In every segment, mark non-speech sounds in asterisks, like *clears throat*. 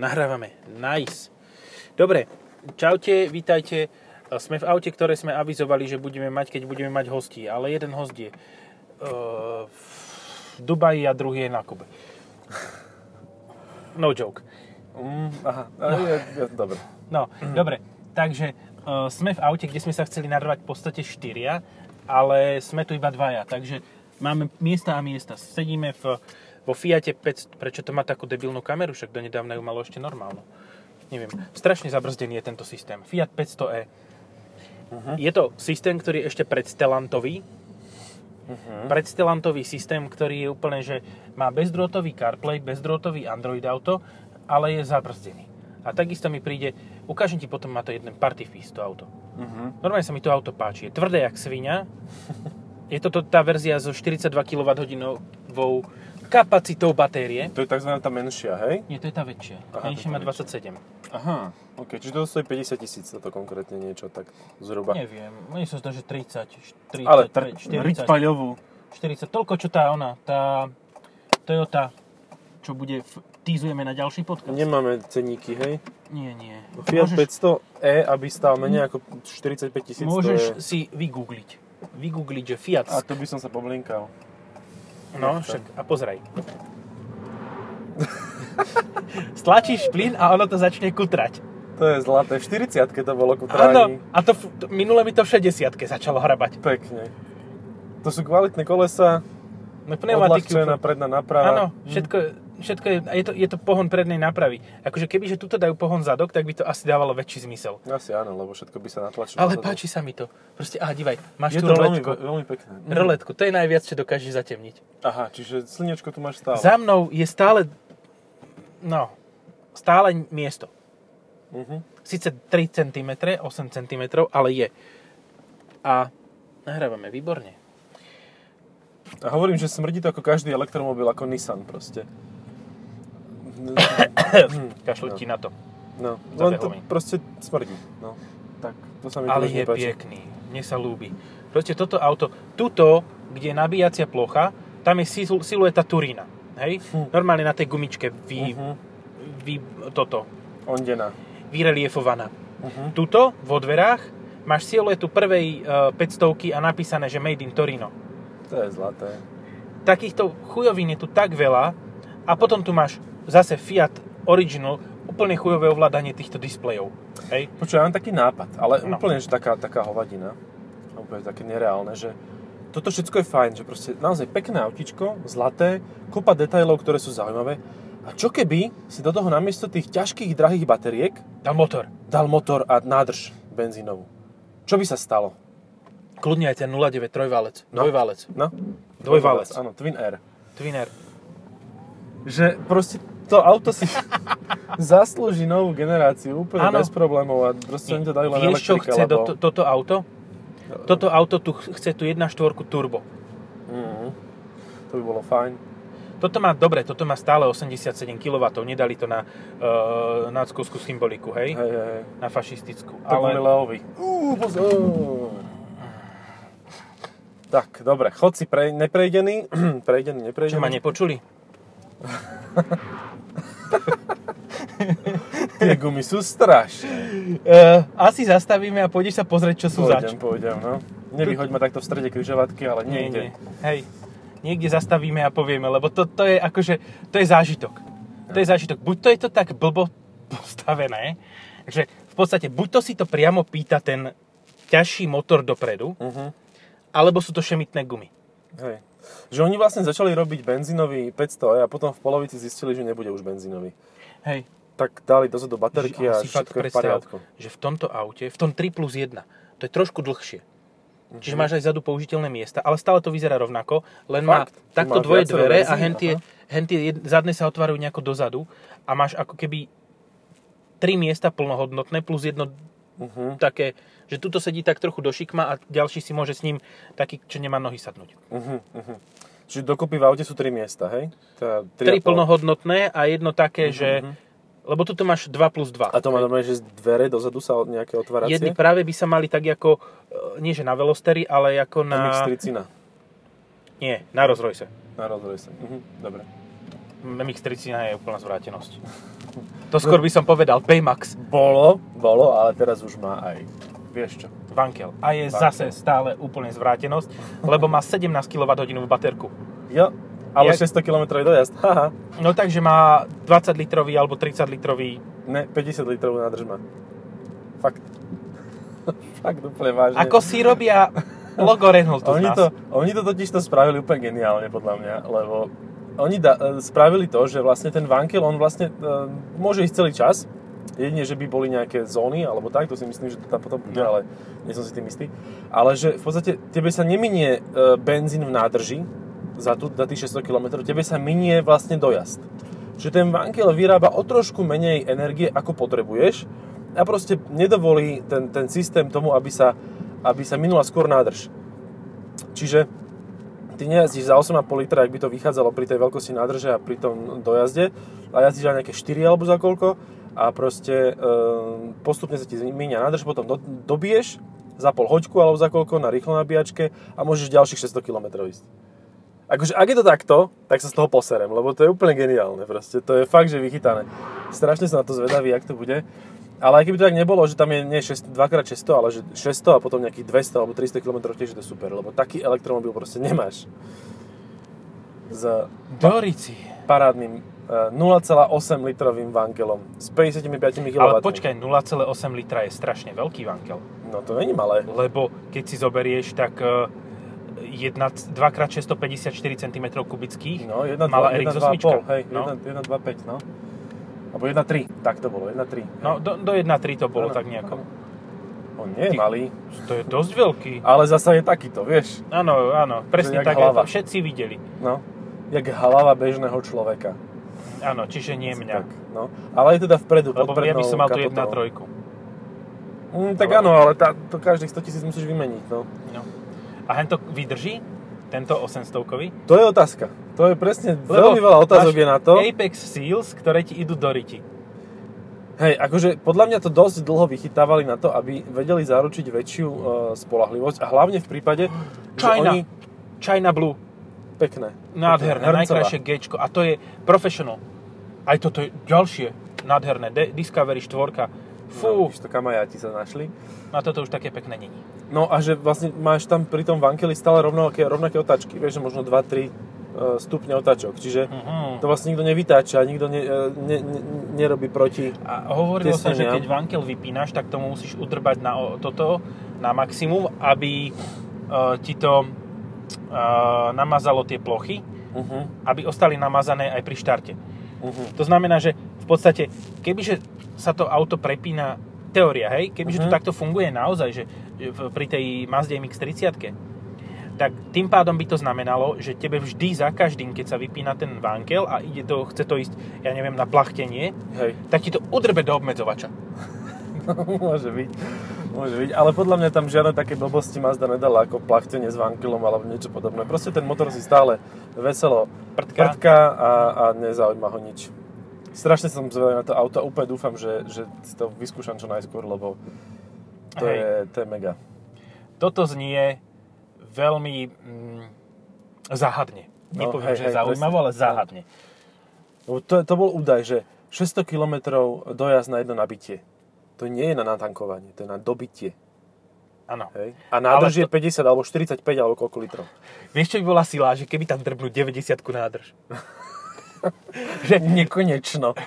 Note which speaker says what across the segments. Speaker 1: Nahrávame. Nice. Dobre, čaute, vítajte. E, Sme v aute, ktoré sme avizovali, že budeme mať, keď budeme mať hostí. Ale jeden host je eh, v Dubaji a druhý je na Kube. No joke.
Speaker 2: Mm, aha, no. Je, je, dobre.
Speaker 1: No, dobre. Takže eh, sme v aute, kde sme sa chceli narvať v podstate štyria, ale sme tu iba dvaja. Takže máme miesta a miesta. Sedíme v, vo Fiate 500. Prečo to má takú debilnú kameru? Však donedávna ju malo ešte normálnu. Neviem. Strašne zabrzdený je tento systém. Fiat 500e. Je to systém, ktorý je ešte predstelantový. Hm? Predstelantový systém, ktorý je úplne, že má bezdrôtový CarPlay, bezdrôtový Android Auto, ale je zabrzdený. A takisto mi príde, ukážem ti potom, má to jeden party piece, to auto.
Speaker 2: Mhm.
Speaker 1: Normálne sa mi to auto páči. Je tvrdé jak svinia. Je toto tá verzia so 42 kWh kapacitou batérie.
Speaker 2: To je tzv. tá menšia, hej?
Speaker 1: Nie, to je tá väčšia.
Speaker 2: Aha,
Speaker 1: Menšia
Speaker 2: to je
Speaker 1: má
Speaker 2: tá
Speaker 1: 27.
Speaker 2: Aha, ok, čiže to stojí 50 tisíc, toto konkrétne niečo, tak zhruba.
Speaker 1: Neviem, mne sa zdá, že 30, 40,
Speaker 2: Ale tr-
Speaker 1: 40,
Speaker 2: riť paľovú.
Speaker 1: 40, toľko čo tá ona, tá Toyota, čo bude, v, týzujeme na ďalší podcast.
Speaker 2: Nemáme ceníky, hej?
Speaker 1: Nie, nie.
Speaker 2: No,
Speaker 1: No,
Speaker 2: Fiat
Speaker 1: Môžeš-
Speaker 2: 500e, aby stál menej ako 45 tisíc,
Speaker 1: Môžeš
Speaker 2: to je...
Speaker 1: si vygoogliť. Vygoogliť, že Fiat.
Speaker 2: A to by som sa poblinkal.
Speaker 1: no,
Speaker 2: nechcem.
Speaker 1: však, a pozeraj. *laughs* Stlačíš plyn a ono to začne kutrať.
Speaker 2: To je zlaté, v 40 to bolo ku
Speaker 1: Áno,
Speaker 2: tráni.
Speaker 1: a to, f- to minule mi to v 60 začalo hrabať.
Speaker 2: Pekne. To sú kvalitné kolesa,
Speaker 1: No, pneumatiky
Speaker 2: odľahčená predná
Speaker 1: Áno,
Speaker 2: naprava.
Speaker 1: všetko, všetko je, a je, to, je to pohon prednej nápravy. Akože keby, že tuto dajú pohon zadok, tak by to asi dávalo väčší zmysel.
Speaker 2: Hm, Asi áno, lebo všetko by sa natlačilo.
Speaker 1: Ale
Speaker 2: dozadu.
Speaker 1: páči sa mi to. Proste, aha, divaj, máš tu
Speaker 2: Je to veľmi,
Speaker 1: roletku.
Speaker 2: veľmi pekné. Hm.
Speaker 1: Roletku, to je najviac, čo dokáže zatemniť.
Speaker 2: Aha, čiže slnečko tu máš stále.
Speaker 1: Za mnou je stále, no, stále miesto.
Speaker 2: Mhm.
Speaker 1: Sice 3 cm, 8 cm, ale je. A nahrávame, výborne.
Speaker 2: A hovorím, že smrdí to ako každý elektromobil, ako Nissan
Speaker 1: *coughs*
Speaker 2: proste. No,
Speaker 1: Kašľu ti na to.
Speaker 2: No,
Speaker 1: Zabehlo
Speaker 2: len to
Speaker 1: mi.
Speaker 2: proste smrdí. No, tak to sa mi
Speaker 1: ale
Speaker 2: tiež
Speaker 1: je
Speaker 2: nepáči.
Speaker 1: pekný. Mne sa ľúbi. Proste toto auto, tuto, kde je nabíjacia plocha, tam je silu- silueta Turína. Hej?
Speaker 2: Hm.
Speaker 1: Normálne na tej gumičke vy,
Speaker 2: Mhm.
Speaker 1: vy, toto,
Speaker 2: Ondená.
Speaker 1: vyreliefovaná.
Speaker 2: Mhm.
Speaker 1: Tuto, vo dverách, máš siluetu prvej e, 500 a napísané, že Made in Torino.
Speaker 2: To je zlaté.
Speaker 1: Takýchto chujovín je tu tak veľa a potom tu máš zase Fiat Original, úplne chujové ovládanie týchto displejov. Hej?
Speaker 2: Počuj, ja mám taký nápad, ale
Speaker 1: No.
Speaker 2: úplne, že taká, taká hovadina. Úplne také nereálne, že toto všetko je fajn, že proste naozaj pekné autičko, zlaté, kopa detailov, ktoré sú zaujímavé. A čo keby si do toho namiesto tých ťažkých, drahých bateriek
Speaker 1: Tam motor.
Speaker 2: dal motor a nádrž benzínovú? Čo by sa stalo?
Speaker 1: Kľudne aj ten 09 trojválec,
Speaker 2: No.
Speaker 1: dvojválec,
Speaker 2: No?
Speaker 1: dvojválec,
Speaker 2: Áno, Twin Air.
Speaker 1: twinner.
Speaker 2: Že proste to auto
Speaker 1: *laughs*
Speaker 2: si zaslúži novú generáciu úplne
Speaker 1: Áno.
Speaker 2: bez problémov a proste oni to dajú len
Speaker 1: Vieš, čo
Speaker 2: elektrike,
Speaker 1: chce
Speaker 2: lebo...
Speaker 1: do, toto auto? Toto auto tu ch- chce tu 1.4 turbo.
Speaker 2: Mhm. To by bolo fajn.
Speaker 1: Toto má, dobre, toto má stále 87 kW, nedali to na uh, náckovskú symboliku, hej?
Speaker 2: Hej, hej, hej.
Speaker 1: Na fašistickú.
Speaker 2: To Ale...
Speaker 1: Ale
Speaker 2: Leovi. Uú, pozor. Tak, dobre, chod si pre, *clears throat* neprejdený, prejdený,
Speaker 1: čo
Speaker 2: neprejdený.
Speaker 1: ma nepočuli?
Speaker 2: Tie gumy sú
Speaker 1: *laughs*
Speaker 2: strašné.
Speaker 1: Uh, asi zastavíme a pôjdeš sa pozrieť, čo sú zač.
Speaker 2: Pôjdem, pôjdem, no. Nevyhoď ma takto v strede križovatky, ale
Speaker 1: Nie,
Speaker 2: nejde.
Speaker 1: nie. Hej, niekde zastavíme a povieme, lebo to, to je akože, to je zážitok. To je zážitok. Buď to je to tak blbo postavené, že v podstate buď to si to priamo pýta ten ťažší motor dopredu,
Speaker 2: Mhm.
Speaker 1: alebo sú to šemitné gumy.
Speaker 2: Hej. Že oni vlastne začali robiť benzínový 500 a potom v polovici zistili, že nebude už benzínový.
Speaker 1: Hej,
Speaker 2: Tak dali dozadu baterky
Speaker 1: že,
Speaker 2: a
Speaker 1: si fakt
Speaker 2: všetko je v
Speaker 1: predstav,
Speaker 2: poriadku.
Speaker 1: že v tomto aute, v tom 3 plus 1, to je trošku dlhšie. Čiže
Speaker 2: Mhm.
Speaker 1: máš aj zadu použiteľné miesta, ale stále to vyzerá rovnako, len má
Speaker 2: Fakt? To
Speaker 1: takto
Speaker 2: má
Speaker 1: dvoje
Speaker 2: viacero
Speaker 1: dvere a
Speaker 2: verzií,
Speaker 1: hentie, hentie jed- zadné sa otvárajú nejako dozadu a máš ako keby tri miesta plnohodnotné plus jedno
Speaker 2: Uh-huh,
Speaker 1: také, že tuto sedí tak trochu do šikma a ďalší si môže s ním taký, čo nemá nohy sadnúť.
Speaker 2: uh-huh, uh-huh. Čiže dokopy v aute sú 3 miesta, hej? Teda
Speaker 1: Tri
Speaker 2: a pol.
Speaker 1: plnohodnotné a jedno také, že... Lebo tuto máš 2 plus 2.
Speaker 2: Mhm, A to má normálne, že z dvere dozadu sa od nejaké otváracie?
Speaker 1: Jedni práve by sa mali tak ako, e, nie že na velostery, ale ako na...
Speaker 2: MX-30
Speaker 1: Nie, na rozrojse.
Speaker 2: Mhm, na rozroj sa. Uh-huh, dobre.
Speaker 1: *laughs* MX-30 je úplná zvrátenosť. To skôr by som povedal Baymax.
Speaker 2: Bolo, bolo, ale teraz už má aj, vieš čo,
Speaker 1: Vankel. A je
Speaker 2: Vankel.
Speaker 1: zase stále úplne zvrátenosť, lebo má 17 kWh baterku.
Speaker 2: jo, ale
Speaker 1: Jak-
Speaker 2: 600 km dojazd, haha.
Speaker 1: No takže má 20 litrový alebo 30 litrový.
Speaker 2: Ne, 50 litrov nádrž má. Fakt. *laughs* Fakt úplne vážne.
Speaker 1: Ako si robia logo Renault z
Speaker 2: oni
Speaker 1: nás.
Speaker 2: to, oni to totiž to spravili úplne geniálne, podľa mňa, lebo oni da, e, spravili to, že vlastne ten vankel, on vlastne e, môže ísť celý čas, jedine, že by boli nejaké zóny, alebo tak, to si myslím, že to tam potom bude,
Speaker 1: No.
Speaker 2: ale nie som si tým istý. Ale že v podstate tebe sa neminie e, benzín v nádrži za, tu, za tých 600 km, tebe sa minie vlastne dojazd. Že ten vankel vyrába o trošku menej energie, ako potrebuješ a proste nedovolí ten, ten systém tomu, aby sa, aby sa minula skôr nádrž. Čiže ty nejazdíš za 8,5 litra, ak by to vychádzalo pri tej veľkosti nádrže a pri tom dojazde, a jazdíš aj nejaké 4 alebo za koľko a proste e, postupne sa ti míňa nádrž, potom do, dobiješ za pol hoďku alebo za koľko na rýchlo nabíjačke a môžeš ďalších 600 km ísť. Akože ak je to takto, tak sa z toho poserem, lebo to je úplne geniálne proste. To je fakt, že vychytané. Strašne som na to zvedavý, jak to bude. Ale aj keby to tak nebolo, že tam je nie 6, 2x600, ale že 600 a potom nejakých 200 alebo 300 km tiež je to super, lebo taký elektromobil proste nemáš. S
Speaker 1: Dorici.
Speaker 2: parádnym eh, 0,8 litrovým vankelom s 55 kW.
Speaker 1: Ale počkaj, 0,8 litra je strašne veľký Vankel.
Speaker 2: No to není malé.
Speaker 1: Lebo keď si zoberieš, tak e, 2x654 cm kubických
Speaker 2: No, 1,
Speaker 1: mala RX
Speaker 2: 2, 1,
Speaker 1: 8.
Speaker 2: 2, hej,
Speaker 1: no,
Speaker 2: 1, 1, 2, 5, no. Alebo 1, 3, tak to bolo, 1, 3.
Speaker 1: no do, do 1,3 to bolo tak nejako.
Speaker 2: On No, nie je
Speaker 1: Ty-
Speaker 2: malý,
Speaker 1: To je dosť veľký.
Speaker 2: ale zasa je takýto, vieš.
Speaker 1: Áno, áno, presne
Speaker 2: jak
Speaker 1: tak, ako
Speaker 2: hlava.
Speaker 1: všetci videli.
Speaker 2: No, jak hlava bežného človeka.
Speaker 1: Áno, čiže nie mňa.
Speaker 2: Tak, no. Ale je teda vpredu,
Speaker 1: Lebo ja
Speaker 2: pod
Speaker 1: by
Speaker 2: prednou
Speaker 1: som mal tu
Speaker 2: kapotou.
Speaker 1: 1,3.
Speaker 2: Mm, tak
Speaker 1: Ale-
Speaker 2: áno, ale tá, to každých 100 tisíc musíš vymeniť, no.
Speaker 1: No. A hento vydrží? Tento 800-kový?
Speaker 2: To je otázka. To je presne veľmi veľa otázok je na to.
Speaker 1: Apex Seals, ktoré ti idú do riti.
Speaker 2: Hej, akože podľa mňa to dosť dlho vychytávali na to, aby vedeli zaručiť väčšiu e, spolahlivosť a hlavne v prípade, že
Speaker 1: China.
Speaker 2: oni...
Speaker 1: China Blue.
Speaker 2: Pekné.
Speaker 1: Nádherné,
Speaker 2: Pekné, hrncová.
Speaker 1: najkrajšie G. A to je Professional. Aj toto je ďalšie nádherné. De- Discovery 4.
Speaker 2: No,
Speaker 1: Fú,
Speaker 2: vidíš, to kamajáti sa našli.
Speaker 1: na toto už také pekné není.
Speaker 2: No a že vlastne máš tam pri tom vankeli stále rovnaké, rovnaké otáčky, vieš, že možno 2-3 e, stupne otáčok, čiže
Speaker 1: Mhm.
Speaker 2: to vlastne nikto nevytáča, nikto ne, e, ne, ne, nerobí proti.
Speaker 1: A hovorilo sa, že
Speaker 2: Tesne, ja.
Speaker 1: keď vankel vypínaš, tak tomu musíš udrbať na o, toto, na maximum, aby e, ti to e, namazalo tie plochy,
Speaker 2: Uh-huh,
Speaker 1: aby ostali namazané aj pri štarte.
Speaker 2: uh-huh.
Speaker 1: To znamená, že v podstate, kebyže sa to auto prepína, teória, hej, kebyže
Speaker 2: Mhm.
Speaker 1: to takto funguje naozaj, že že v- pri tej Mazde MX-30, tak tým pádom by to znamenalo, že tebe vždy za každým, keď sa vypína ten vankel a ide to, chce to ísť, ja neviem, na plachtenie,
Speaker 2: Hej, *laughs*
Speaker 1: tak ti to udrbe do obmedzovača.
Speaker 2: môže byť. Môže byť, ale podľa mňa tam žiadne také blbosti Mazda nedala ako plachtenie s vankelom alebo niečo podobné. Proste ten motor si stále veselo
Speaker 1: Prdka.
Speaker 2: krtka a, a nezaujíma ho nič. Strašne som zvedavý na to auto a úplne dúfam, že, že si to vyskúšam čo najskôr, lebo to,
Speaker 1: Hej.
Speaker 2: je, to je mega.
Speaker 1: Toto znie veľmi mm, záhadne.
Speaker 2: No,
Speaker 1: Nepoviem,
Speaker 2: hej,
Speaker 1: že
Speaker 2: hej,
Speaker 1: zaujímavo,
Speaker 2: presne.
Speaker 1: ale záhadne.
Speaker 2: Lebo to, to bol údaj, že 600 km dojazd na jedno nabitie. To nie je na natankovanie, to je na dobitie.
Speaker 1: Áno.
Speaker 2: Hej? A
Speaker 1: Ale
Speaker 2: nádrž je 50 alebo 45 alebo koľko *laughs* litrov.
Speaker 1: Vieš, čo by bola sila, že keby tam drbnú 90 nádrž. že,
Speaker 2: Nekonečno.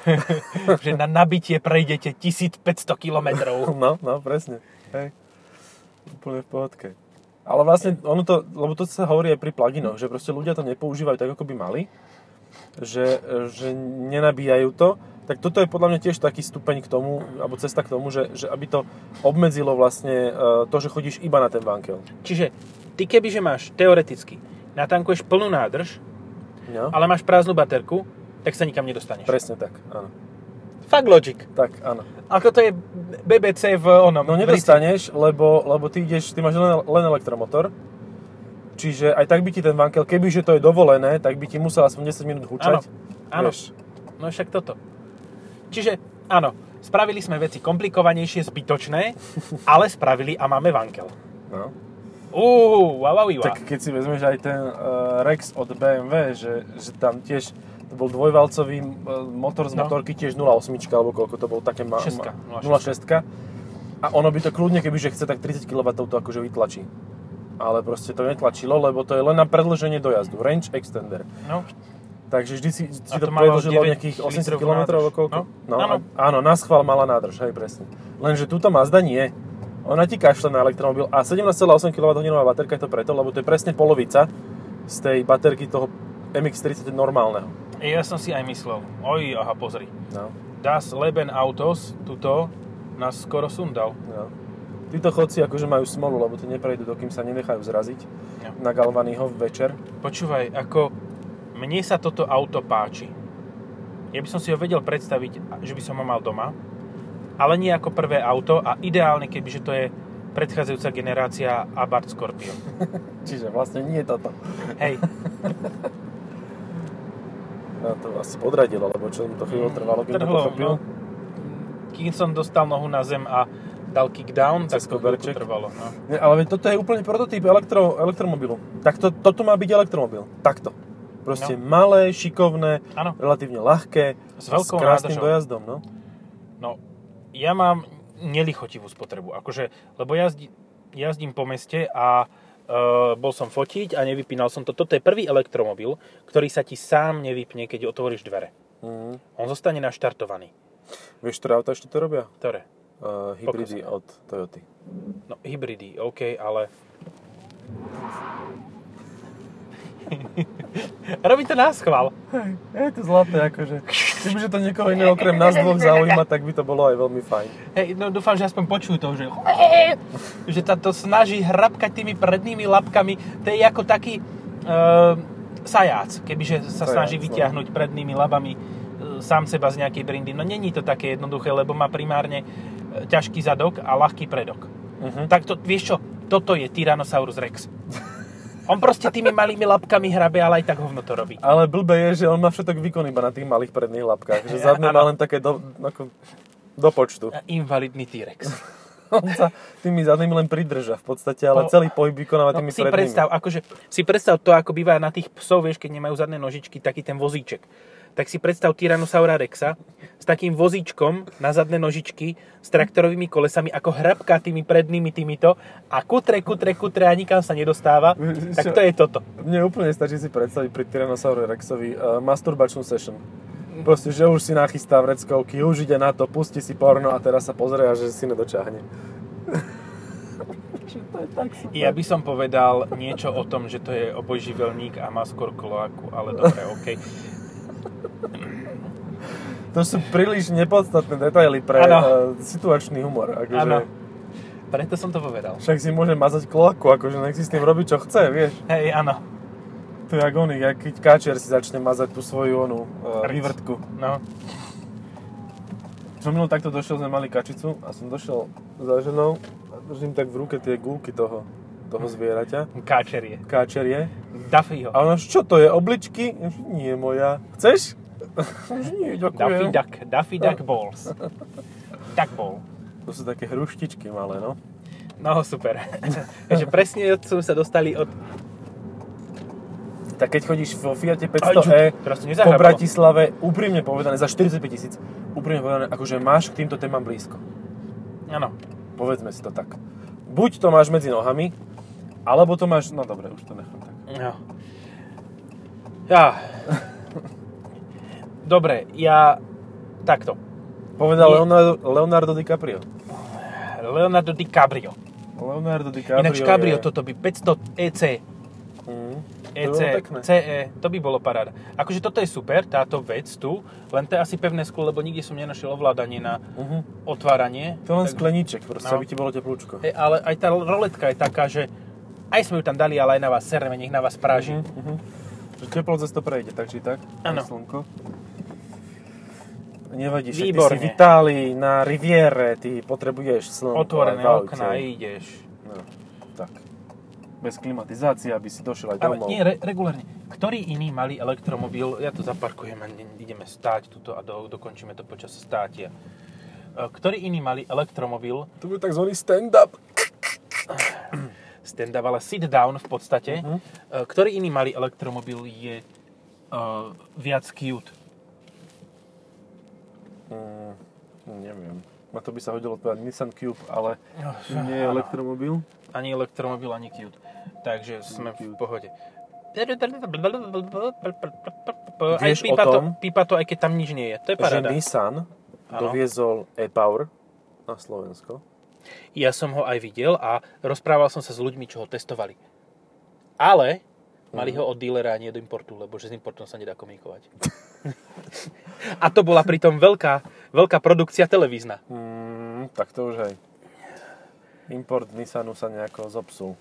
Speaker 1: že na nabitie prejdete 1500 kilometrov.
Speaker 2: No, no, presne. Hej. Úplne v pohodke. Ale vlastne ono to, lebo to sa hovorí aj pri pluginoch, že proste ľudia to nepoužívajú tak, ako by mali, že, že nenabíjajú to, tak toto je podľa mňa tiež taký stupeň k tomu, alebo cesta k tomu, že, že aby to obmedzilo vlastne e, to, že chodíš iba na ten bankel.
Speaker 1: Čiže ty kebyže máš teoreticky, natankuješ plnú nádrž,
Speaker 2: No?
Speaker 1: ale máš prázdnu baterku, tak sa nikam nedostaneš. Pre...
Speaker 2: Presne tak, áno.
Speaker 1: Fakt logic.
Speaker 2: Tak, áno.
Speaker 1: Ako to je BBC v onom.
Speaker 2: No
Speaker 1: v
Speaker 2: nedostaneš, lebo, lebo ty ideš, ty máš len, len elektromotor, čiže aj tak by ti ten vankel, kebyže to je dovolené, tak by ti musel aspoň 10 minút hučať.
Speaker 1: áno. Ritzi.
Speaker 2: Vieš,
Speaker 1: No však toto. Čiže áno, spravili sme veci komplikovanejšie, zbytočné, ale spravili a máme vankel.
Speaker 2: no.
Speaker 1: Uuu, wow, wow, wow.
Speaker 2: eh, Tak keď si vezmeš aj ten uh, Rex od BMW, že, že tam tiež To bol dvojvalcový e, motor z
Speaker 1: No.
Speaker 2: motorky, tiež 0,8 alebo koľko to bol, také ma,
Speaker 1: Šestka,
Speaker 2: ma-
Speaker 1: 0,6.
Speaker 2: 0,6. A ono by to kľudne, kebyže chce, tak 30 kW to akože vytlačí. Ale proste to netlačilo, lebo to je len na predlženie dojazdu. Range extender.
Speaker 1: No,
Speaker 2: Takže vždy si,
Speaker 1: A
Speaker 2: si
Speaker 1: to
Speaker 2: to,
Speaker 1: malo
Speaker 2: predlžilo
Speaker 1: 9
Speaker 2: nejakých 80
Speaker 1: litrov
Speaker 2: km
Speaker 1: nádrž.
Speaker 2: koľko?
Speaker 1: No, áno.
Speaker 2: a- áno, na schvál mala nádrž, hej, presne. Lenže túto Mazda nie. Ona ti kašle na elektromobil a 17,8 kWh baterka je to preto, lebo to je presne polovica z tej baterky toho MX-30 normálneho.
Speaker 1: ja som si aj myslel. Oj, aha, pozri.
Speaker 2: No,
Speaker 1: Das Leben Autos, tuto, nás skoro sundal.
Speaker 2: no. Títo chodci akože majú smolu, lebo to neprejdú, dokým sa nenechajú zraziť
Speaker 1: No.
Speaker 2: na Galvanyho večer.
Speaker 1: Počúvaj, ako mne sa toto auto páči. Ja by som si ho vedel predstaviť, že by som ho mal doma, ale nie ako prvé auto a ideálne, kebyže to je predchádzajúca generácia Abarth Scorpion.
Speaker 2: Čiže vlastne nie je toto.
Speaker 1: Hej,
Speaker 2: No, to asi podradilo, lebo čo mu *laughs* to chvíľu trvalo, kým to
Speaker 1: Trhlo,
Speaker 2: pochopil.
Speaker 1: no. kým som dostal nohu na zem a dal kickdown, tak
Speaker 2: Cez
Speaker 1: to chvíľku
Speaker 2: koberček.
Speaker 1: trvalo. No.
Speaker 2: Ne, ale veď toto je úplne prototyp elektro, elektromobilu. Takto, toto má byť elektromobil. Takto. Proste no.
Speaker 1: No.
Speaker 2: malé, šikovné,
Speaker 1: Áno.
Speaker 2: relatívne ľahké,
Speaker 1: S veľkou
Speaker 2: s krásnym
Speaker 1: nádržou.
Speaker 2: dojazdom. No?
Speaker 1: No, ja mám nelichotivú spotrebu, akože, lebo jazdi, jazdím po meste a e, bol som fotiť a nevypínal som to. Toto je prvý elektromobil, ktorý sa ti sám nevypne, keď otvoríš dvere.
Speaker 2: Mm.
Speaker 1: On zostane naštartovaný.
Speaker 2: Vieš, ktoré auta ešte to robia?
Speaker 1: Ktoré?
Speaker 2: Uh, hybridy
Speaker 1: Focus.
Speaker 2: od Toyoty.
Speaker 1: No, hybridy, OK, ale... *laughs* Robí to nás chval.
Speaker 2: Je to zlaté, akože. Keby, že to niekoho iného okrem nás dvoch zaujíma, tak by to bolo aj veľmi fajn.
Speaker 1: Hej, no dúfam, že aspoň počujú to,
Speaker 2: *laughs*
Speaker 1: že... Že sa to snaží hrabkať tými prednými lapkami. To je ako taký uh, sajác, kebyže sa
Speaker 2: Sajác,
Speaker 1: snaží
Speaker 2: no.
Speaker 1: vyťahnuť prednými labami e, sám seba z nejakej brindy. No není to také jednoduché, lebo má primárne e, ťažký zadok a ľahký predok.
Speaker 2: Mhm.
Speaker 1: Tak to, vieš čo, toto je Tyrannosaurus Rex. On proste tými malými labkami hrabe, ale aj tak hovno to robí.
Speaker 2: Ale blbé je, že on má všetok výkon iba na tých malých predných labkách. Že zadné má len také do, ako, do *laughs* počtu.
Speaker 1: A Invalidný T-Rex.
Speaker 2: On sa tými zadnými len pridrža v podstate,
Speaker 1: No.
Speaker 2: ale celý pohyb vykonáva
Speaker 1: No,
Speaker 2: tými
Speaker 1: si
Speaker 2: prednými.
Speaker 1: predstav, akože, si predstav to, ako býva na tých psov, vieš, keď nemajú zadné nožičky, taký ten vozíček. Tak si predstav Tyrannosaura Rexa s takým vozíčkom na zadné nožičky, s traktorovými kolesami, ako hrabká tými prednými týmito a kutre, kutre, kutre a nikam sa nedostáva.
Speaker 2: Vieš čo?
Speaker 1: Tak to je toto.
Speaker 2: Mne úplne stačí si predstaviť pri Tyrannosaure Rexovi uh, masturbačnú session. Proste, že už si nachystá vreckovky, už ide na to, pustí si porno a teraz sa pozrie, a že si nedočahne. Že to je tak super.
Speaker 1: Ja by som povedal niečo o tom, že to je obojživelník a má skôr kloaku, ale dobre, OK.
Speaker 2: To sú príliš nepodstatné detaily pre
Speaker 1: Áno.
Speaker 2: uh, situačný humor.
Speaker 1: *laughs* Áno.
Speaker 2: Akože,
Speaker 1: Preto som to povedal.
Speaker 2: však si môže mazať kloaku, akože nech si s tým robí, čo chce, vieš.
Speaker 1: Hej, áno.
Speaker 2: To je jak oný, jak keď káčer si začne mazať tú svoju onú uh,
Speaker 1: Rc.
Speaker 2: vývrtku.
Speaker 1: No.
Speaker 2: Som minul takto došiel, sme mali kačicu a som došiel za ženou a držím tak v ruke tie gulky toho,
Speaker 1: Hm.
Speaker 2: toho zvieraťa.
Speaker 1: Káčerie.
Speaker 2: Káčerie.
Speaker 1: Daffyho.
Speaker 2: A ona, že čo to je, obličky? Ja, že Nie moja.
Speaker 1: *laughs*
Speaker 2: Chceš? Ja, že Nie,
Speaker 1: Daffy
Speaker 2: ďakujem.
Speaker 1: Duck, Daffy Duck Balls. Duck Ball.
Speaker 2: To sú také hruštičky malé, no.
Speaker 1: No, super. Takže presne sme sa dostali od...
Speaker 2: Tak keď chodíš vo
Speaker 1: Aj,
Speaker 2: Fiate 500e
Speaker 1: čo, teraz to
Speaker 2: E. po
Speaker 1: nezahrabalo.
Speaker 2: Bratislave, úprimne povedané, za 45 tisíc, úprimne povedané, akože máš k týmto témam blízko.
Speaker 1: Áno.
Speaker 2: Povedzme si to tak. Buď to máš medzi nohami, alebo to máš... No dobre, už to nechám tak.
Speaker 1: No. Ja. Dobre, ja... Takto.
Speaker 2: Povedal
Speaker 1: Je-
Speaker 2: Leonardo, Leonardo DiCaprio.
Speaker 1: Leonardo DiCaprio.
Speaker 2: Leonardo DiCaprio
Speaker 1: Ináč Cabrio, E
Speaker 2: je...
Speaker 1: toto by E 500 EC.
Speaker 2: Mm.
Speaker 1: EC,
Speaker 2: bolo pekné.
Speaker 1: CE, E, to by bolo paráda. Akože toto je super, táto vec tu, len to je asi pevné sklo, lebo nikde som nenašiel ovládanie na
Speaker 2: Mhm.
Speaker 1: otváranie.
Speaker 2: To je len
Speaker 1: Takže-
Speaker 2: skleníček, proste,
Speaker 1: No.
Speaker 2: aby ti bolo teplúčko.
Speaker 1: Hej, ale aj tá roletka je taká, že aj sme ju tam dali, ale aj na vás sereme, nech na vás práži.
Speaker 2: Mhm, mhm. Že teplo cez to prejde, tak či tak.
Speaker 1: Áno.
Speaker 2: Aj Slnko. Nevadí, že ty si
Speaker 1: Výborne.
Speaker 2: v Itálii, na Riviere, ty potrebuješ slnko.
Speaker 1: Otvorené
Speaker 2: aj v aute.
Speaker 1: okná, ideš.
Speaker 2: No, tak. Bez klimatizácie, aby si došiel aj
Speaker 1: Ale
Speaker 2: domov.
Speaker 1: nie, re, regulárne. Ktorý iný malý elektromobil, ja to zaparkujem a ne- ideme stáť tuto a do, dokončíme to počas státia. E, Ktorý iný malý elektromobil,
Speaker 2: To bude takzvaný stand-up. Mhm.
Speaker 1: stand-up, ale sit-down v podstate, e, ktorý iný malý elektromobil je uh, viac cute.
Speaker 2: Mm, neviem. Na to by sa hodilo povedať Nissan Cube, ale nie je
Speaker 1: Áno.
Speaker 2: elektromobil.
Speaker 1: Ani elektromobil, ani cute. Takže sme v
Speaker 2: cute.
Speaker 1: pohode. Aj
Speaker 2: Vieš
Speaker 1: pípa
Speaker 2: o
Speaker 1: to,
Speaker 2: tom,
Speaker 1: pípa to, aj keď tam nič nie je. To je paráda.
Speaker 2: Že Nissan
Speaker 1: Áno.
Speaker 2: doviezol e-Power na Slovensko.
Speaker 1: Ja som ho aj videl a rozprával som sa s ľuďmi, čo ho testovali. Ale mali
Speaker 2: Mhm.
Speaker 1: ho od dílera a nie od importu, lebo že s importom sa nedá komunikovať. *laughs* a to bola pritom veľká, veľká produkcia televízna.
Speaker 2: Mm, tak to už hej. Import Nissanu sa nejako zopsul.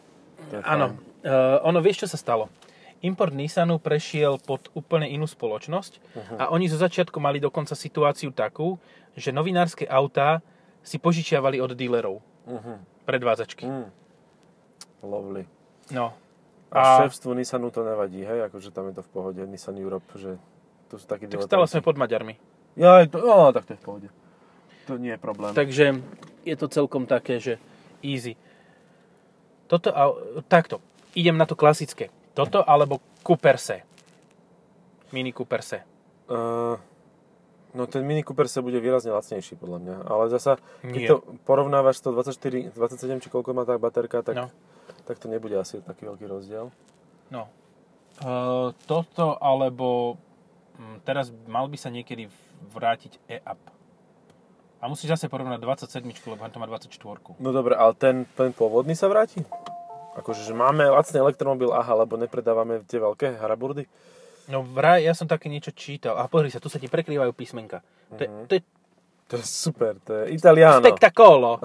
Speaker 2: To je
Speaker 1: Áno,
Speaker 2: fajn.
Speaker 1: uh, ono vieš, čo sa stalo? Import Nissanu prešiel pod úplne inú spoločnosť uh-huh. a oni zo začiatku mali dokonca situáciu takú, že novinárske autá si požičiavali od dílerov
Speaker 2: Mhm.
Speaker 1: predvádzačky.
Speaker 2: Mm. Lovely.
Speaker 1: No.
Speaker 2: A,
Speaker 1: A-
Speaker 2: šéfstvu Nissanu to nevadí, hej? Akože tam je to v pohode. Nissan Europe, že tu sú takí
Speaker 1: Tak
Speaker 2: diletanti.
Speaker 1: stále sme pod Maďarmi.
Speaker 2: Ja, to, no, tak to je v pohode. To nie je problém.
Speaker 1: Takže je to celkom také, že easy. Toto, au- takto, idem na to klasické. Toto alebo Cooper Se. Mini Cooper Se.
Speaker 2: Uh, no ten Mini Cooper sa bude výrazne lacnejší podľa mňa, ale zasa, keď
Speaker 1: Nie.
Speaker 2: to porovnávaš 124, 27 či koľko má tá baterka, tak,
Speaker 1: No.
Speaker 2: no. tak to nebude asi taký veľký rozdiel.
Speaker 1: No. E, toto alebo mm, teraz mal by sa niekedy vrátiť e-up. A musíš zase porovnať 27, lebo to má 24.
Speaker 2: No dobre, ale ten, ten pôvodný sa vráti? Akože, že máme lacný elektromobil, aha, lebo nepredávame tie veľké haraburdy.
Speaker 1: No vraj, ja som také niečo čítal. A pozri sa, tu sa ti prekrývajú písmenka. To je, to je
Speaker 2: To je super, to je Italiano.
Speaker 1: spektakolo.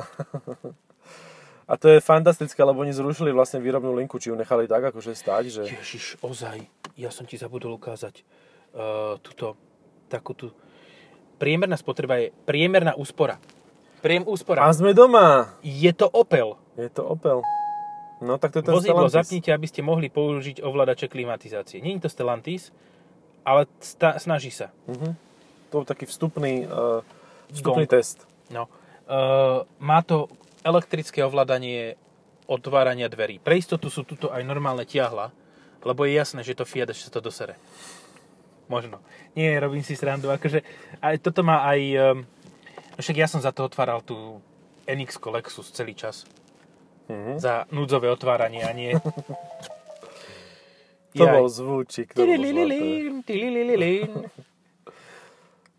Speaker 2: A to je fantastické, lebo oni zrušili vlastne výrobnú linku, či ju nechali tak akože stať, že...
Speaker 1: Ježiš, ozaj, ja som ti zabudol ukázať uh, túto, takú tú... Priemerná spotreba je priemerná úspora. Priem
Speaker 2: A
Speaker 1: úspora.
Speaker 2: sme doma!
Speaker 1: Je to Opel.
Speaker 2: Je to Opel. No tak to je ten
Speaker 1: Vozidlo
Speaker 2: Stellantis.
Speaker 1: zapnite, aby ste mohli použiť ovládače klimatizácie. Není to Stellantis, ale sta- snaží sa.
Speaker 2: Mhm. To bol taký vstupný, uh, vstupný test.
Speaker 1: No. Uh, má to elektrické ovládanie otvárania dverí. Pre istotu sú tuto aj normálne tiahla, lebo je jasné, že je to Fiat, že sa to dosere. Možno. Nie, robím si srandu. Akože, aj toto má aj... Um, no však ja som za to otváral tú NX Lexus celý čas.
Speaker 2: Mhm.
Speaker 1: Za núdzové otváranie a nie...
Speaker 2: *laughs* To
Speaker 1: Jaj.
Speaker 2: bol zvúčik. To bolo zlaté.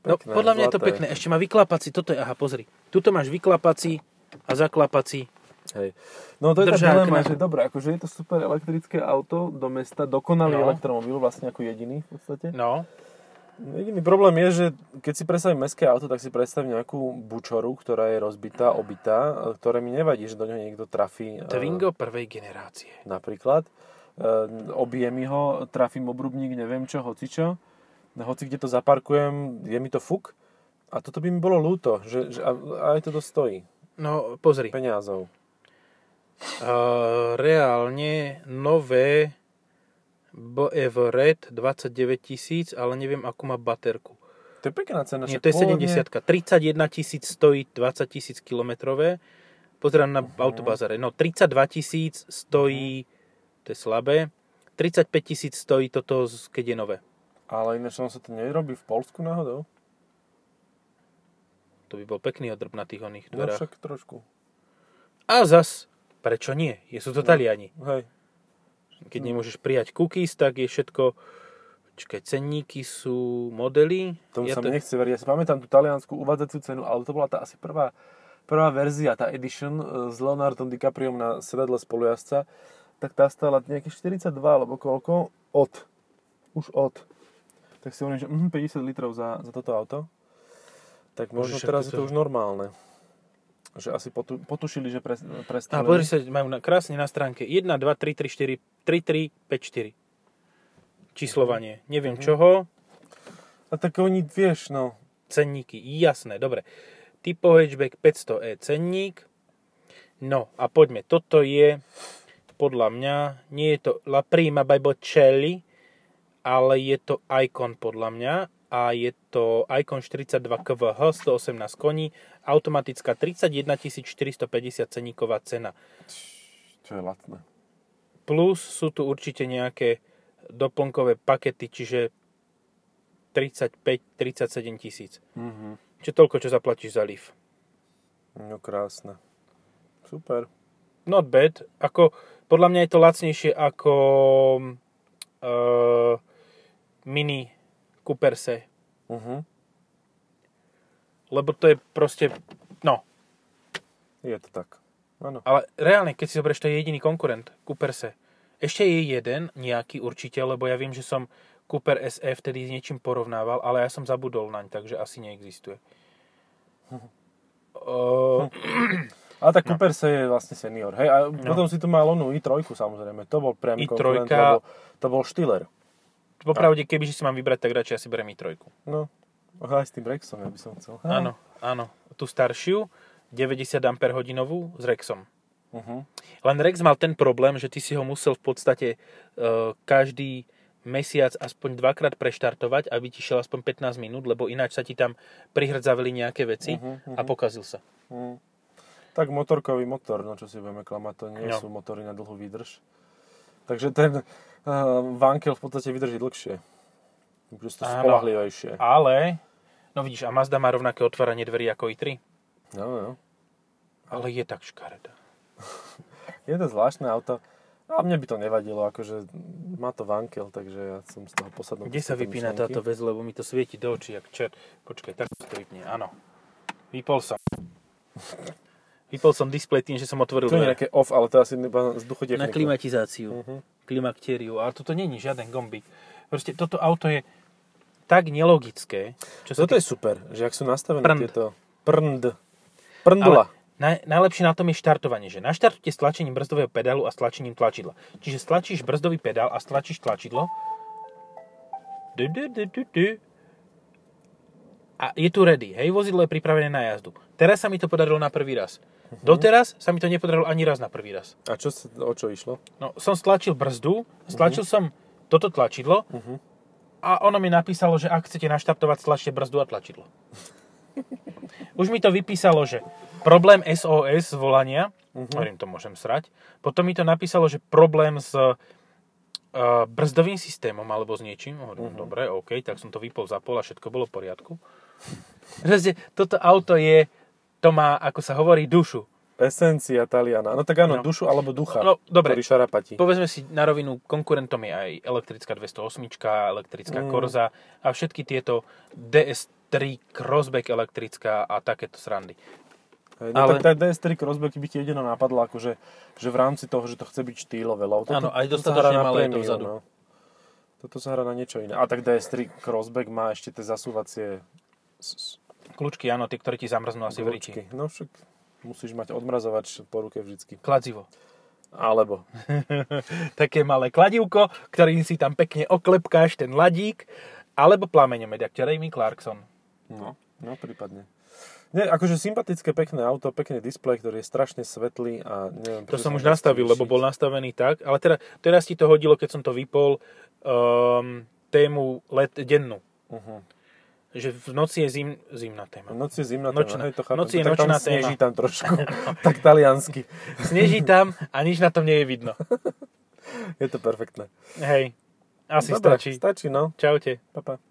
Speaker 1: No,
Speaker 2: Pekné,
Speaker 1: podľa mňa je to
Speaker 2: zlaté.
Speaker 1: pekné. Ešte má vyklapací. Toto je, aha, pozri. Tuto máš vyklapací a zaklapací.
Speaker 2: Hej. No to je
Speaker 1: Držák
Speaker 2: tá
Speaker 1: na-
Speaker 2: dilema, že dobre, akože je to super elektrické auto do mesta, dokonalý
Speaker 1: No.
Speaker 2: elektromobil, vlastne ako jediný v podstate.
Speaker 1: No.
Speaker 2: Jediný problém je, že keď si predstavím mestské auto, tak si predstavím nejakú bučoru, ktorá je rozbitá, obitá, e, ktoré mi nevadí, že do ňoho niekto trafí. e,
Speaker 1: Twingo prvej generácie.
Speaker 2: napríklad. Ehm, Obije mi ho, trafím obrubník, neviem čo, hocičo. No, Hoci kde to zaparkujem, je mi to fuk. A toto by mi bolo ľúto, že, že a, a aj to stojí
Speaker 1: No, pozri.
Speaker 2: peniazov.
Speaker 1: Uh, reálne nové BF Red 29 tisíc, ale neviem, akú má baterku.
Speaker 2: To je pekná cena.
Speaker 1: Nie,
Speaker 2: však
Speaker 1: to je
Speaker 2: pôvodne-
Speaker 1: 70 31 tisíc stojí 20 tisíc kilometrové. Pozerám
Speaker 2: Mhm.
Speaker 1: na autobazare. No, 32 tisíc stojí, to je slabé, 35 tisíc stojí toto, z- keď je nové.
Speaker 2: Ale ináč ono sa to nerobí v Polsku náhodou?
Speaker 1: To by bol pekný odrb na tých oných
Speaker 2: No
Speaker 1: dverách.
Speaker 2: však trošku.
Speaker 1: A zas, prečo nie? Je sú
Speaker 2: No.
Speaker 1: to Taliani.
Speaker 2: Hej. No.
Speaker 1: Keď nemôžeš prijať cookies, tak je všetko... Čakaj, cenníky sú modely.
Speaker 2: Tomu
Speaker 1: Ja
Speaker 2: sa mi nechce veriť. Ja si pamätám tú taliansku uvádzaciu cenu, ale to bola tá asi prvá, prvá verzia, tá edition e, s Leonardom DiCapriom na sedadle spolujazca, tak tá stála nejaké 42 alebo koľko od. Už od. Tak si hovorím, že mm, 50 litrov za, za toto auto. Tak možno
Speaker 1: Bože, však
Speaker 2: teraz je
Speaker 1: toto-
Speaker 2: to už normálne. Že asi potu, potušili, že pre,
Speaker 1: A
Speaker 2: prestali.
Speaker 1: pozri sa, majú na, krásne na stránke 1, 2, 3, 3, 4, 3, 3, 5,
Speaker 2: Mhm.
Speaker 1: 4. Číslovanie. Neviem čoho.
Speaker 2: A tak oni, vieš, no.
Speaker 1: Cenníky. Jasné, dobre. Typo hatchback 500e cenník. No a poďme. Toto je, podľa mňa, nie je to La Prima by Bocelli, ale je to Icon podľa mňa a je to Icon 42 KVH 118 koní, automatická 31 450 ceníková cena.
Speaker 2: Čo je lacné.
Speaker 1: Plus sú tu určite nejaké doplnkové pakety, čiže 35-37 tisíc.
Speaker 2: Mhm.
Speaker 1: Čiže toľko, čo zaplatíš za Leaf.
Speaker 2: No krásne. Super.
Speaker 1: Not bad. Ako, podľa mňa je to lacnejšie ako uh, Mini Cooper Se.
Speaker 2: Mhm.
Speaker 1: Lebo to je proste... No,
Speaker 2: Je to tak. Áno.
Speaker 1: ale reálne, keď si zoberieš, to je jediný konkurent. Cooper Se. Ešte je jeden nejaký určite, lebo ja viem, že som Cooper SE vtedy s niečím porovnával, ale ja som zabudol naň, takže asi neexistuje. *laughs* Uh,
Speaker 2: A tak Cooper se je vlastne senior. Hej, a potom si tu mal onú i3 samozrejme. To bol
Speaker 1: i3.
Speaker 2: priamy konkurent, lebo to bol Štiller.
Speaker 1: popravde, keby si mám vybrať, tak radšej asi berem i trojku.
Speaker 2: No. Aj s tým Rexom, ja by som chcel.
Speaker 1: Áno, áno. Tú staršiu, 90 Ah s Rexom.
Speaker 2: Mhm.
Speaker 1: Len Rex mal ten problém, že ty si ho musel v podstate e, každý mesiac aspoň dvakrát preštartovať, aby ti šiel aspoň 15 minút, lebo ináč sa ti tam prihrdzavili nejaké veci
Speaker 2: Mhm, mhm.
Speaker 1: a pokazil sa.
Speaker 2: Mm. Tak motorkový motor, no čo si budeme klamať, to nie
Speaker 1: No.
Speaker 2: sú motory na dlhú výdrž. Takže ten uh, Vankel v podstate vydrží dlhšie. Proste
Speaker 1: Áno.
Speaker 2: spolahlivejšie.
Speaker 1: Ale, no vidíš, a Mazda má rovnaké otváranie dverí ako i3,
Speaker 2: No, no.
Speaker 1: ale je tak škaredá.
Speaker 2: Je to zvláštne auto. A mne by to nevadilo, akože má to Vankel, takže ja som z toho posadnul.
Speaker 1: Kde sa vypína táto vec, lebo mi to svieti do očí, jak čert. Počkaj, tak sa to vypne, áno. Vypol
Speaker 2: *laughs*
Speaker 1: som. Vypol som displej tým, že som otvoril
Speaker 2: To je
Speaker 1: dvere.
Speaker 2: nejaké off, ale to asi iba z
Speaker 1: Na
Speaker 2: duchotechniku.
Speaker 1: klimatizáciu,
Speaker 2: Mhm.
Speaker 1: klimaktériu, ale toto není žiaden gombík. Proste toto auto je tak nelogické, čo sa
Speaker 2: Toto
Speaker 1: tý...
Speaker 2: je super, že ak sú nastavené
Speaker 1: Prnd.
Speaker 2: tieto... Prnd. Prndula.
Speaker 1: Naj, najlepšie na tom je štartovanie, že naštartujte stlačením brzdového pedálu a stlačením tlačidla. Čiže stlačíš brzdový pedál a stlačíš tlačidlo. Du, du, du, du, du. A je tu ready, hej, vozidlo je pripravené na jazdu. Teraz sa mi to podarilo na prvý raz.
Speaker 2: Mhm.
Speaker 1: Doteraz sa mi to nepodarilo ani raz na prvý raz.
Speaker 2: A čo, sa- o čo išlo?
Speaker 1: No, som stlačil brzdu, stlačil som toto tlačidlo
Speaker 2: Mhm.
Speaker 1: a ono mi napísalo, že ak chcete naštartovať, stlačte brzdu a tlačidlo. Už mi to vypísalo, že problém SOS volania, hovorím, to môžem srať. Potom mi to napísalo, že problém s uh, brzdovým systémom alebo s niečím. Hovorím, "No dobre, OK, tak som to vypol, zapol a všetko bolo v poriadku. *laughs* Proste, toto auto je, to má, ako sa hovorí, dušu.
Speaker 2: Esencia Taliana. No tak áno,
Speaker 1: No.
Speaker 2: dušu alebo ducha,
Speaker 1: No, dobre.
Speaker 2: ktorý šarapatí.
Speaker 1: Povedzme si na rovinu, konkurentom je aj elektrická 208, elektrická
Speaker 2: Mm.
Speaker 1: mm. Korza a všetky tietto DS3 Crossback elektrická a takéto srandy.
Speaker 2: Hej, no
Speaker 1: ale-
Speaker 2: tak tá DS3 Crossback by ti jedino napadla, akože, že v rámci toho, že to chce byť štýlové. Lebo toto,
Speaker 1: Áno, aj
Speaker 2: toto sa
Speaker 1: dostatočne
Speaker 2: hrá na
Speaker 1: malé je to
Speaker 2: prémium,
Speaker 1: vzadu.
Speaker 2: Toto sa hrá na niečo iné. A tak DS3 Crossback má ešte tie zasúvacie s- s-
Speaker 1: Kľúčky, áno, tie, ktoré ti zamrznú asi v ríči.
Speaker 2: kľúčky. No však musíš mať odmrazovač po ruke vždycky.
Speaker 1: Kladzivo.
Speaker 2: Alebo.
Speaker 1: Také malé kladivko, ktorým si tam pekne oklepkáš ten ladík, alebo plameňomet, jak ťa Remy Clarkson.
Speaker 2: No. No, prípadne. Nie, akože sympatické, pekné auto, pekný displej, ktorý je strašne svetlý a neviem...
Speaker 1: To
Speaker 2: prečo
Speaker 1: som
Speaker 2: sa
Speaker 1: už
Speaker 2: nechce
Speaker 1: nastavil, lebo
Speaker 2: riešiť.
Speaker 1: bol nastavený tak, ale teda, teraz ti to hodilo, keď som to vypol, um, tému let, dennú.
Speaker 2: Mhm.
Speaker 1: Že v noci je zim, zimná téma.
Speaker 2: Noc je zimná
Speaker 1: Nočná.
Speaker 2: téma, hej, to chápem.
Speaker 1: Noc je
Speaker 2: tak
Speaker 1: nočná
Speaker 2: tam sneží
Speaker 1: téma.
Speaker 2: tam
Speaker 1: *laughs*
Speaker 2: trošku, tak taliansky.
Speaker 1: Sneží tam a nič na tom nie je vidno.
Speaker 2: Je to perfektné.
Speaker 1: Hej, asi
Speaker 2: Dobre,
Speaker 1: stačí.
Speaker 2: Stačí, no.
Speaker 1: Čaute.
Speaker 2: Pa, pa.